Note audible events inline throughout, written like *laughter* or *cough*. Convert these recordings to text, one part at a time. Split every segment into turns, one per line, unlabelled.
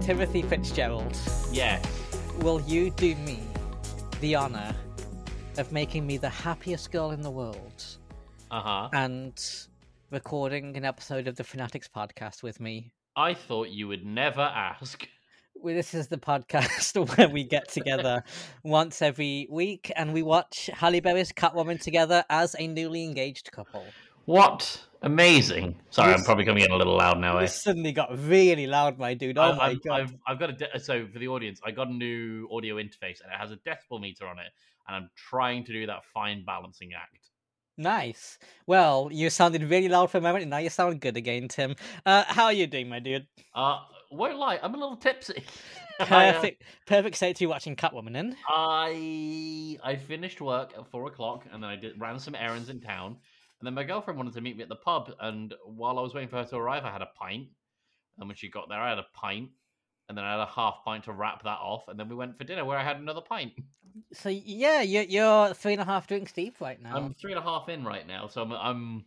Timothy Fitzgerald,
Yes.
will you do me the honor of making me the happiest girl in the world
Uh huh.
and recording an episode of the Fanatics podcast with me?
I thought you would never ask.
Well, This is the podcast *laughs* where we get together once every week and we watch Halle Berry's Catwoman together as a newly engaged couple.
What amazing! Sorry,
You
I'm probably coming in a little loud now. eh?
This suddenly got really loud, my dude. Oh
I-
my
I've,
god.
I've, I've got a de- so for the audience, I got a new audio interface and it has a decibel meter on it, and I'm trying to do that fine balancing act.
Nice. Well, you sounded really loud for a moment, and now you sound good again, Tim. Uh, how are you doing, my dude?
Uh, won't lie, I'm a little tipsy. *laughs*
*laughs*
I, uh,
Perfect, perfect state to be watching Catwoman in.
I I finished work at four o'clock, and then I did ran some errands in town, and then my girlfriend wanted to meet me at the pub. And while I was waiting for her to arrive, I had a pint, and when she got there, I had a pint, and then I had a half pint to wrap that off, and then we went for dinner where I had another pint.
So yeah, you're, you're three and a half drinks deep right now.
I'm three and a half in right now, so I'm I'm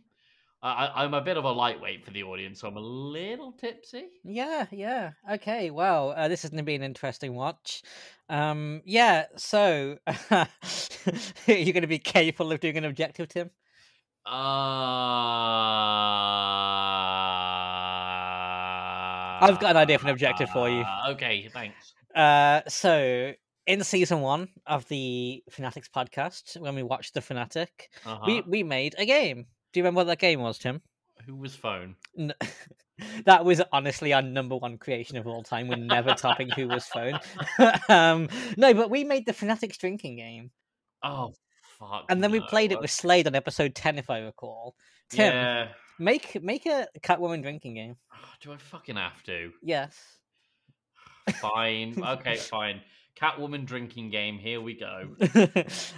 I, I- I'm a bit of a lightweight for the audience, so I'm a little tipsy.
Yeah, yeah. Okay, well, uh, this is going to be an interesting watch. Um, yeah. So *laughs* you're going to be capable of doing an objective, Tim.
Uh,
I've got an idea for an objective for you.
Ah, Okay, thanks.
Uh, so in season one of the Fanatics podcast, when we watched the Fanatic,
Uh-huh.
we we made a game. Do you remember what that game was, Tim?
Who was phone?
N- *laughs* that was honestly our number one creation of all time. We're never topping Who Was Phone. *laughs* um, no, but we made the Fanatics drinking game,
Oh fuck.
and then we
no.
played it with Slade on episode ten, if I recall. Tim,
Yeah.
make make a Catwoman drinking game.
Ah, Do I fucking have to?
Yes. *laughs*
Fine. okay, fine. Catwoman drinking game. Here we go.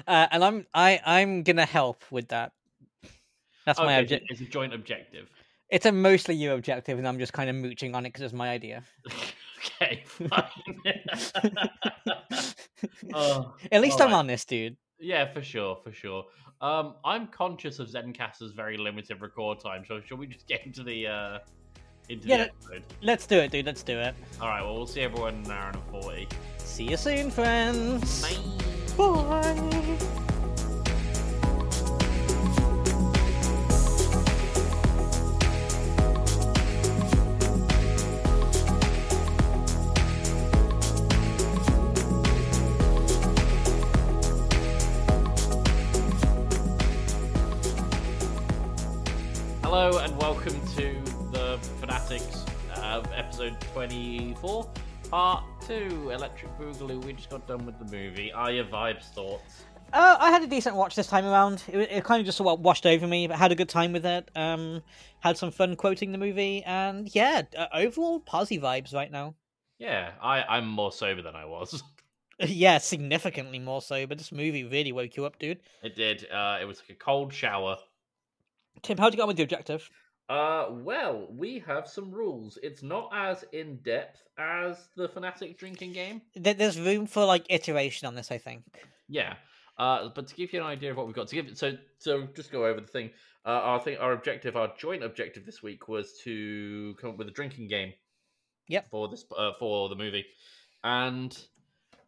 uh, and I'm I I'm gonna help with that. That's my
Okay, so
object.
It's a joint objective. *laughs*
It's a mostly you objective, and I'm just kind of mooching on it because it's my idea. *laughs*
okay, fine. *laughs* Oh,
At least I'm
alright.
honest, dude.
yeah, for sure, for sure. Um, I'm conscious of Zencaster's very limited record time, so shall we just get into the uh, into
Yeah,
the
let-
episode?
Let's do it, dude. Let's do it.
All right. Well, we'll see everyone in an hour and forty.
See you soon, friends.
Bye.
Bye.
Hello and welcome to the Fanatics uh, episode 24, part 2 Electric Boogaloo. We just got done with the movie. Are your vibes thoughts?
Uh, I had a decent watch this time around. It, wa- it kind of just wa- washed over me, but had a good time with it. Um, had some fun quoting the movie, and yeah, uh, overall posy vibes right now. *laughs*
Yeah, I, I'm more sober than I was. *laughs*
yeah, significantly more so. But this movie really woke you up, dude.
It did. Uh, it was like a cold shower.
Tim, how'd you get on with the objective?
Uh, well, we have some rules. It's not as in depth as the Fanatic drinking game.
There- There's room for like iteration on this, I think.
Yeah. Uh, but to give you an idea of what we've got to give, so so just go over the thing. Uh, our thing, our objective, our joint objective this week was to come up with a drinking game.
Yep.
For this, uh, for the movie, and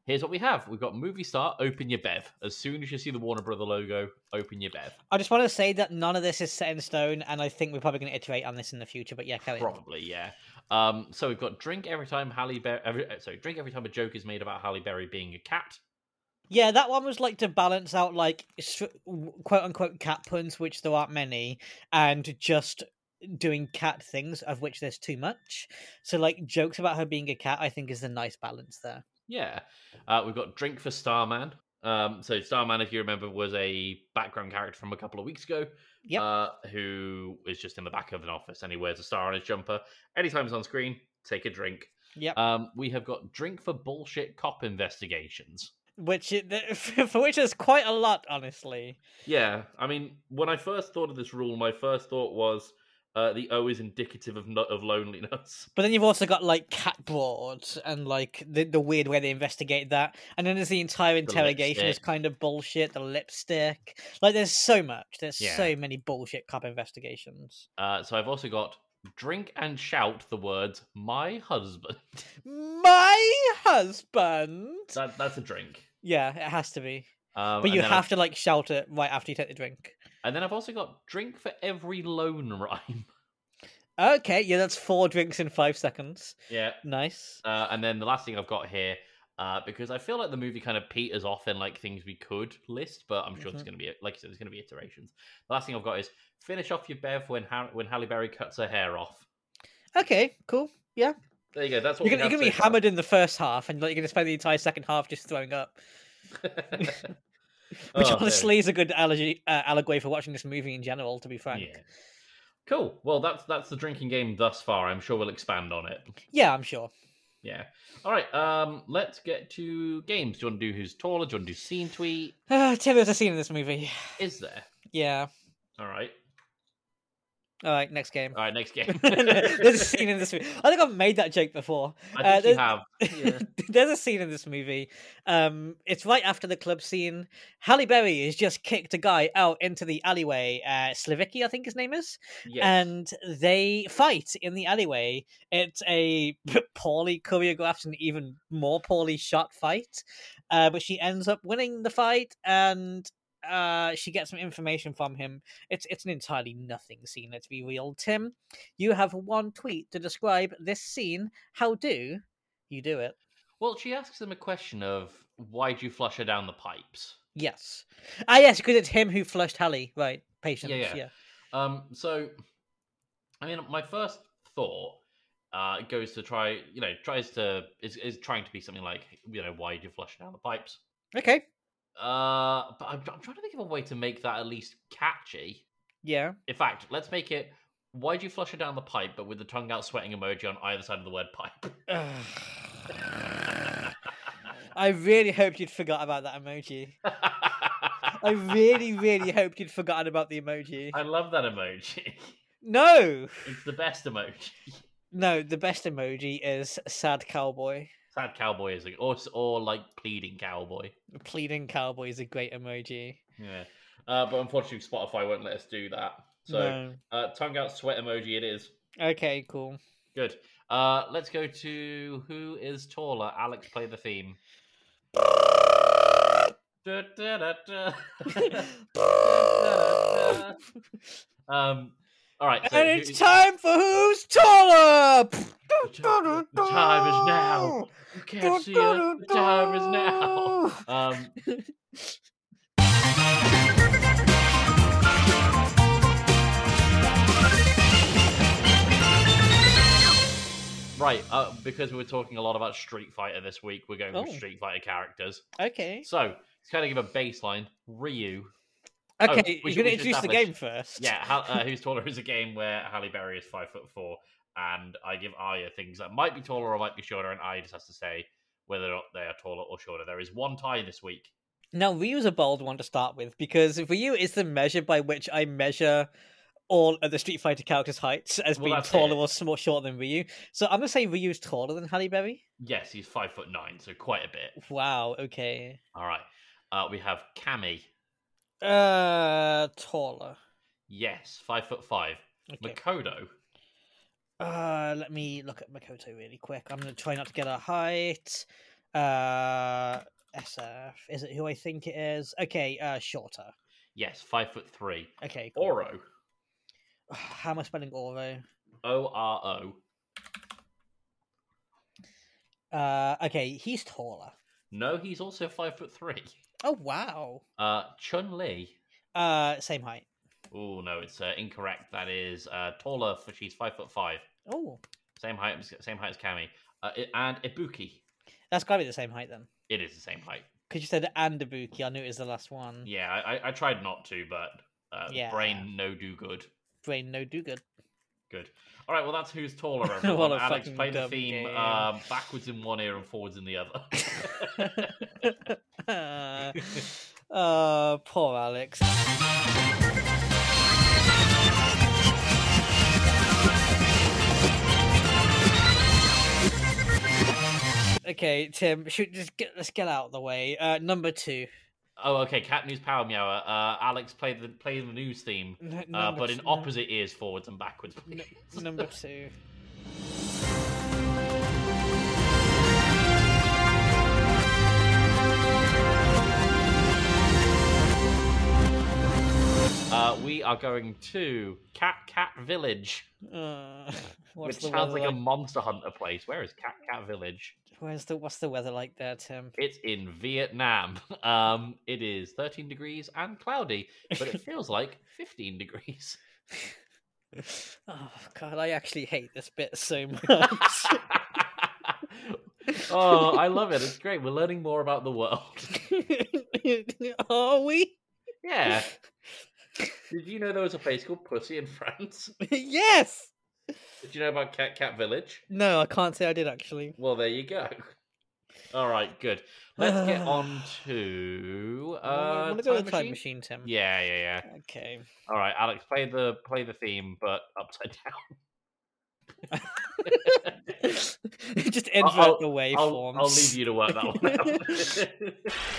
here's what we have: we've got movie star. Open your bev. As soon as you see the Warner Brother logo, open your bev.
I just want to say that none of this is set in stone, and I think we're probably going to iterate on this in the future. But yeah, carry on.
Probably, yeah. Um, so we've got drink every time Halle Berry. Every, uh, sorry, drink every time a joke is made about Halle Berry being a cat.
Yeah, that one was like to balance out like str- w- quote unquote cat puns, which there aren't many, and just doing cat things, of which there's too much. So like jokes about her being a cat, I think is the nice balance there.
Yeah. Uh, we've got Drink for Starman. Um, so Starman, if you remember, was a background character from a couple of weeks ago.
Yep.
Uh, who is just in the back of an office and he wears a star on his jumper. Anytime he's on screen, take a drink.
Yep.
Um, we have got Drink for Bullshit Cop Investigations.
Which it, th- *laughs* for which there's quite a lot, honestly.
Yeah. I mean, when I first thought of this rule, my first thought was uh, the O is indicative of, no- of loneliness. *laughs*
But then you've also got like cat broad and like the the weird way they investigate that, and then there's the entire interrogation is
lipstick.
kind of bullshit. The lipstick, like there's so much. There's
Yeah.
so many bullshit cop investigations. *laughs*
Uh, so I've also got Drink and Shout the words, My Husband.
My husband.
That, that's a drink.
Yeah, it has to be.
Um,
But
and
you
then I've-
have to like shout it right after you take the drink.
and then I've also got drink for every loan *laughs* rhyme.
Okay, yeah, that's four drinks in five seconds.
yeah.
Nice.
Uh, and then the last thing I've got here, uh, because I feel like the movie kind of peters off in like things we could list, but I'm sure there's
Mhm.
going to be, like you said, there's going to be iterations. The last thing I've got is finish off your bev when ha- when Halle Berry cuts her hair off.
Okay, cool.
There you go. That's what
You're gonna,
we
you're gonna be
have
hammered in the first half, and like you're gonna spend the entire second half just throwing up,
so *laughs*
*laughs*
far.
which
Oh, there we
honestly is a good allergy, uh, allegory for watching this movie in general. To be frank,
Yeah. Cool. Well, that's that's the drinking game thus far. I'm sure we'll expand on it.
yeah, I'm sure. *sighs*
Yeah. All right. Um, let's get to games. Do you want to do who's taller? Do you want to do scene tweet?
Uh, Tim, there's a scene in this movie.
Is there?
Yeah.
All right.
All right, next game.
All right. Next game.
*laughs*
*laughs*
there's a scene in this movie. I think I've made that joke before.
I
uh,
think you
there's-
have. Yeah.
*laughs* There's a scene in this movie. Um, it's right after the club scene. Halle Berry has just kicked a guy out into the alleyway. Uh, Slavicki, I think his name is,
Yes.
and they fight in the alleyway. It's a *laughs* poorly choreographed and even more poorly shot fight, uh, but she ends up winning the fight and. Uh, she gets some information from him. It's it's an entirely nothing scene. Let's be real, Tim. You have one tweet to describe this scene. How do you do it?
Well, she asks him a question of why do you flush her down the pipes?
Yes. Ah, yes, because it's him who flushed Hallie. Right. Patience. Yeah.
yeah. Um, so, I mean, my first thought uh, goes to try, you know, tries to is, is trying to be something like, you know, why do you flush her down the pipes?
Okay.
Uh, but I'm, I'm trying to think of a way to make that at least catchy.
Yeah. *sighs*
In fact, let's make it. Why do you flush her down the pipe, but with the tongue out sweating emoji on either side of the word pipe? *laughs*
*laughs* I really hoped you'd forgot about that emoji. I really, really hoped you'd forgotten about the emoji.
I love that emoji. *laughs*
No,
It's the best emoji. *laughs*
no. The best emoji is sad cowboy.
Sad cowboy is like, or or like pleading cowboy.
Pleading cowboy is a great emoji.
Yeah. Uh, but unfortunately, Spotify won't let us do that. So
No.
uh, tongue out sweat emoji. It is
Okay.
*laughs*
Cool. *laughs*
good. Uh, let's go to who is taller. Alex, play the theme. *laughs* Da-da-da-da. Da-da-da. um. All right. So
and
who
it's
is-
time for who's taller.
The ti- the- the time is now. You can't see it. The time is now. *laughs* Um, right, uh, because we were talking a lot about Street Fighter this week, we're going with
Oh.
Street Fighter characters.
Okay.
So, to kind of give a baseline, Ryu. Oh,
Okay, you're
we should-
going to
we should
introduce the
establish-
game first.
Yeah, Hal- uh, Who's Taller is a game where Halle Berry is five foot four, and I give Arya things that might be taller or might be shorter, and Arya just has to say whether or not they are taller or shorter. There is one tie this week.
Now, Ryu's a bold one to start with because Ryu is the measure by which I measure all of the Street Fighter characters' heights as
Well,
being
that's
taller
it.
or small, shorter than Ryu. So I'm going to say Ryu's taller than Halle Berry.
Yes, he's five foot nine, so quite a bit.
Wow, okay.
All right. Uh, we have Cammy.
Uh, taller.
Yes, five foot five.
Okay.
Makoto.
Uh, let me look at Makoto really quick. I'm going to try not to get her height. Uh, SF. Is it who I think it is? Okay, uh, shorter.
Yes, five foot three.
Okay. cool.
Oro.
*sighs* How am I spelling Oro?
O R O.
Uh, okay, he's taller.
No, he's also five foot three.
Oh wow.
Uh, Chun Li.
Uh, same height.
Oh no, it's uh, incorrect. That is uh, taller. For she's five foot five.
Oh,
Same height. as- Same height as Cammy. Uh, i- and Ibuki.
that's gotta be the same height then.
It is the same height.
Because you said and Ibuki, I knew it was the last one.
Yeah, I, I- I tried not to, but uh,
Mm-hmm. Yeah.
brain no do good.
Brain no do good. *laughs*
Good. All right. Well, that's who's taller.
What
Everyone.
a
Alex,
fucking
play the
dumb
theme
game.
um, backwards in one ear and forwards in the other.
uh, uh, poor Alex. Okay, Tim, should just get let's get out of the way. Uh, number two.
*laughs* oh, okay. Cat News Power Meower. Uh, Alex, play the play the news theme,
N-
uh,
number
but
two-
in
num-
opposite ears, forwards and backwards.
n-
please. *laughs*
number two.
Uh, are going to Cat Cat Village,
Uh, what's
which
the
sounds
weather like?
like, a monster hunter place. Where is Cat Cat Village?
Where's the what's the weather like there, Tim? *laughs*
It's in Vietnam. *laughs* Um, it is 13 degrees and cloudy,
*laughs*
but it feels like 15 degrees. *laughs*
Oh God, I actually hate this bit so *laughs* much.
*laughs* oh, I love it. It's great. We're learning more about the world.
*laughs* Are we? *laughs*
Yeah. *laughs* Did you know there was a place called Pussy in France?
yes.
Did you know about Cat Cat Village?
No, I can't say I did actually.
Well, there you go. All right, good. Let's get
*sighs*
on to uh,
I want to go
time
to the time
machine?
machine, Tim.
Yeah, yeah, yeah.
Okay. *laughs*
All right, Alex, play the play the theme, but upside down.
Just invert
I'll-
the waveforms.
I'll, I'll leave you to work that one
*laughs*
out. *laughs*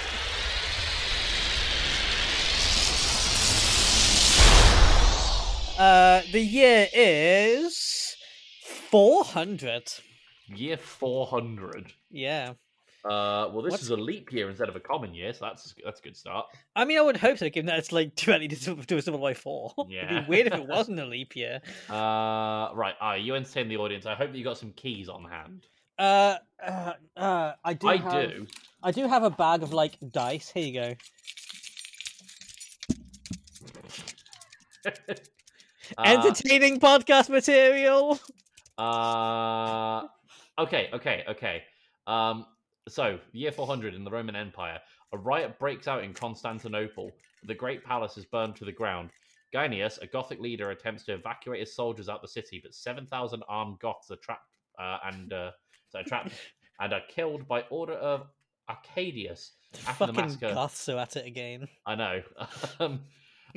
Uh, the year is four hundred.
year four hundred.
Yeah.
Uh, well, this
What's-
is a leap year instead of a common year, so that's that's a good start.
I mean, I would hope so, given that it's like *laughs* directly divisible divisible by four. *laughs* It'd
Yeah.
be weird if
*laughs*
it wasn't a leap year.
Uh, right, uh, you entertain the audience. I hope that you got some keys on hand.
Uh, uh, uh, I do.
I
have-
do.
I do have a bag of like dice. Here you go.
Uh,
Entertaining podcast material.
Uh, okay, okay, okay. Um, so, year 400 in the Roman Empire, a riot breaks out in Constantinople. The Great Palace is burned to the ground. Gyneas, a Gothic leader, attempts to evacuate his soldiers out the city, but 7,000 armed Goths are trapped uh, and uh, so are trapped and are killed by order of Arcadius. After the
Fucking
massacre,
goths are at it again.
I know. *laughs* Um,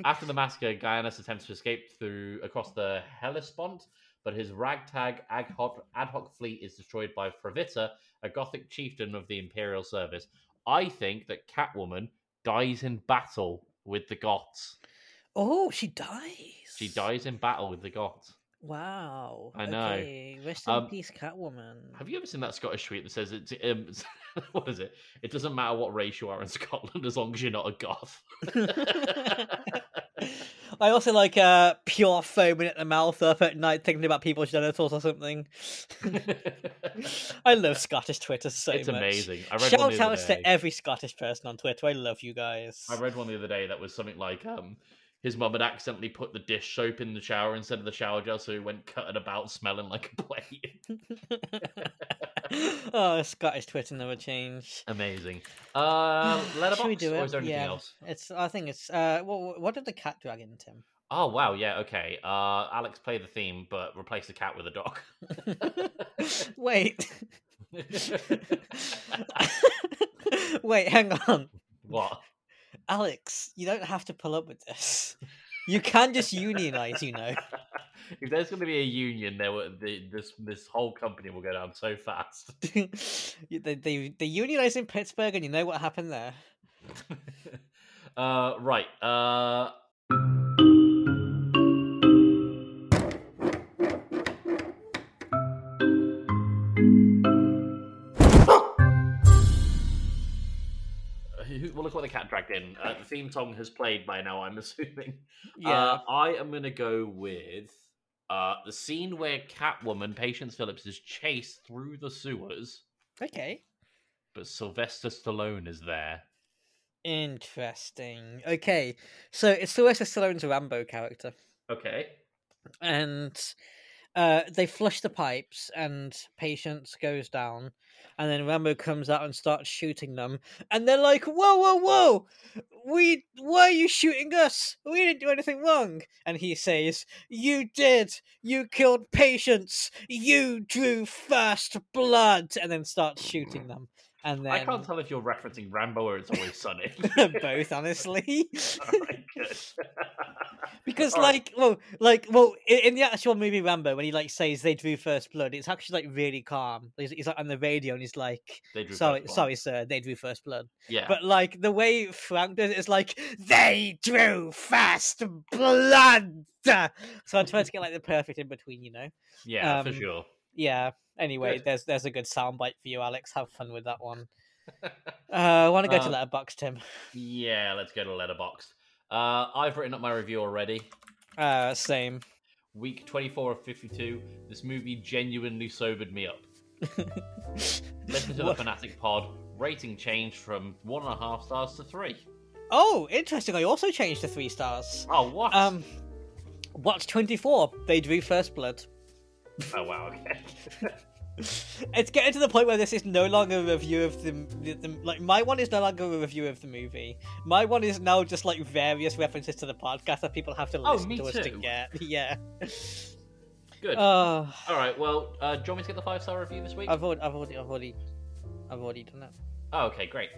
after the massacre, Guyanus attempts to escape through across the Hellespont, but his ragtag ad hoc, ad hoc fleet is destroyed by Fravita, a Gothic chieftain of the Imperial Service. I think that Catwoman dies in battle with the Goths.
Oh, she dies.
She dies in battle with the Goths.
Wow.
I know.
Okay. Rest in
Um,
peace, Catwoman.
Have you ever seen that Scottish tweet that says it's um, *laughs* what is it? It doesn't matter what race you are in *laughs* Scotland as long as you're not a Goth.
*laughs*
*laughs*
I also like uh, pure foaming at the mouth up at night thinking about people's genitals or something. I love Scottish Twitter so
it's
much.
amazing. I read one
Shout
the other
outs
day.
to every Scottish person on Twitter. I love you guys.
I read one the other day that was something like um his mum had accidentally put the dish soap in the shower instead of the shower gel, so he went cutting about smelling like a *laughs* plate.
*laughs* oh, Scottish Twitter never change.
Amazing. Uh, letterbox.
Should we do
or
it?
is there anything
Yeah.
else?
It's. I think it's. Uh, what, what did the cat dragon, Tim? *laughs*
Oh wow, yeah, okay. Uh, Alex, play the theme, but replace the cat with a dog. *laughs*
Wait. *laughs* Wait, hang on,
what?
Alex. You don't have to pull up with this. You can just unionize, you know. *laughs*
If there's going to be a union, there were the, this this whole company will go down so fast.
You- they, they they unionized in Pittsburgh, and you know what happened there.
uh, right. Uh, *gasps* Who- Well, look what the cat dragged in. Uh, the theme song has played by now, I'm *laughs* assuming. Uh, I am going to go with uh, the scene where Catwoman, Patience Phillips, is chased through the sewers,
okay.
but Sylvester Stallone is there.
Interesting. Okay, so it's Sylvester Stallone's Rambo character,
Okay.
and uh, they flush the pipes, and Patience goes down, and then Rambo comes out and starts shooting them, and they're like, "Whoa, whoa, whoa! We, why are you shooting us? We didn't do anything wrong." And he says, "You did. You killed Patience. You drew first blood," and then starts shooting them, and then
I can't tell if you're referencing Rambo or It's Always Sunny.
*laughs*
*laughs*
both, honestly.
Alright, good. *laughs*
Because
All right.
like well, like well, i- in the actual movie Rambo, when he like says they drew first blood, it's actually like really calm. He's, he's like on the radio and he's like,
They drew
"Sorry,
first blood.
sorry, sir, they drew first blood."
Yeah.
But like the way Frank does it is like they drew first blood. So I'm trying to get like the perfect in between, you know?
yeah, for
um,
sure.
Yeah. Anyway,
Good.
there's there's a good soundbite for you, Alex. Have fun with
*laughs*
that one. Uh, I want to go
Um,
to Letterbox, Tim.
Yeah, let's go to Letterboxd. Uh, I've written up my review already.
Uh, same.
Week 24 of 52. This movie genuinely sobered
*laughs*
me up. Listen to the
What?
Fanatic Pod. Rating changed from one and a half stars to three.
Oh, interesting. I also changed to three stars.
Oh, what?
Um, what's 24? They drew First Blood.
Oh, wow, okay.
It's getting to the point where this is no longer a review of the, the, the like my one is no longer a review of the movie. My one is now just like various references to the podcast that people have to
Oh,
listen
me
to us to
too.
get. *laughs* Yeah.
Good.
Oh,
All right, well, uh, do you want me to get the five star review this week?
I've already, I've already, I've already, I've already done it.
Oh, okay, great.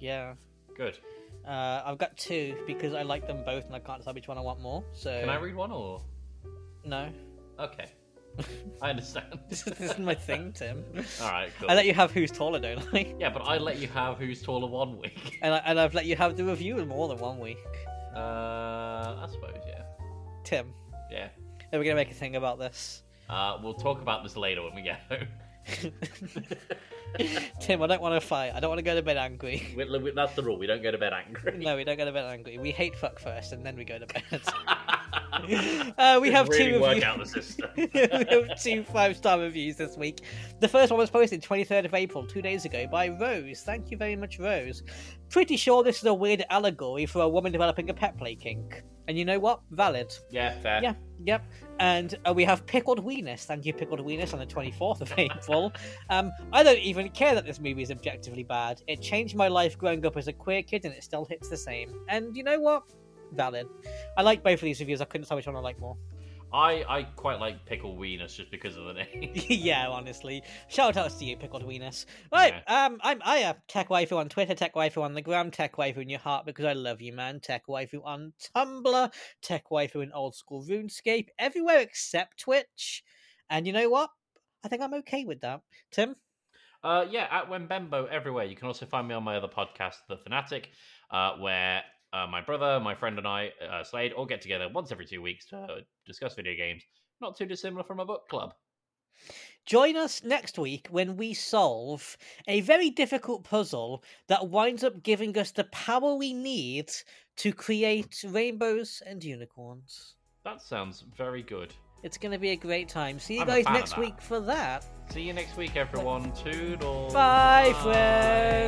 Yeah.
Good.
Uh, I've got two because I like them both and I can't decide which one I want more. So
Can I read one or?
no, *laughs*
Okay. *laughs* I *laughs* understand.
this is, this is my thing, Tim.
*laughs* All right, cool.
I let you have who's taller, don't I? *laughs*
Yeah, but I let you have who's taller one week. *laughs*
And I, and I've let you have the review in more than one week,
Uh, I suppose, yeah.
Tim.
Yeah.
Are we gonna make a thing about this? *laughs*
Uh, we'll talk about this later when we get *laughs* home.
Tim, I don't want to fight. I don't want to go to bed angry. *laughs*
We- we- that's the rule. We don't go to bed angry. *laughs*
No, we don't go to bed angry. We hate fuck first, and then we go to bed. uh, we have
really
two
work
reviews.
out the system.
*laughs* we have two five star reviews this week. The first one was posted 23rd of April, two days ago, by Rose. Thank you very much, Rose. Pretty sure this is a weird allegory for a woman developing a pet play kink. And you know what? Valid.
*laughs* yeah, fair.
Yeah, yep. And uh, we have Pickled Weenus. Thank you, Pickled Weenus, on the 24th of *laughs* April. Um, I don't even care that this movie is objectively bad. It changed my life growing up as a queer kid, and it still hits the same. And you know what? Valid. I like both of these reviews. I couldn't tell which one I like more.
I, I quite like pickle weenus just because of the name.
*laughs* yeah, honestly. Shout outs to you, Pickled Weenus. Right, um, I'm Aya, Tech Waifu on Twitter, Tech Waifu on the gram, Tech Waifu in your heart because I love you, man. Tech Waifu on Tumblr, Tech Waifu in old school RuneScape, everywhere except Twitch. And you know what? I think I'm okay with that. Tim?
Uh, yeah, at Wembembo everywhere. You can also find me on my other podcast, The Fanatic, uh, where uh, my brother, my friend, and I, uh, Slade, all get together once every two weeks to uh, discuss video games. Not too dissimilar from a book club.
Join us next week when we solve a very difficult puzzle that winds up giving us the power we need to create rainbows and unicorns.
That sounds very good.
It's going to be a great time. See you
I'm a
guys
fan of
next
that.
week for that.
See you next week, everyone. Toodles.
Bye, friends.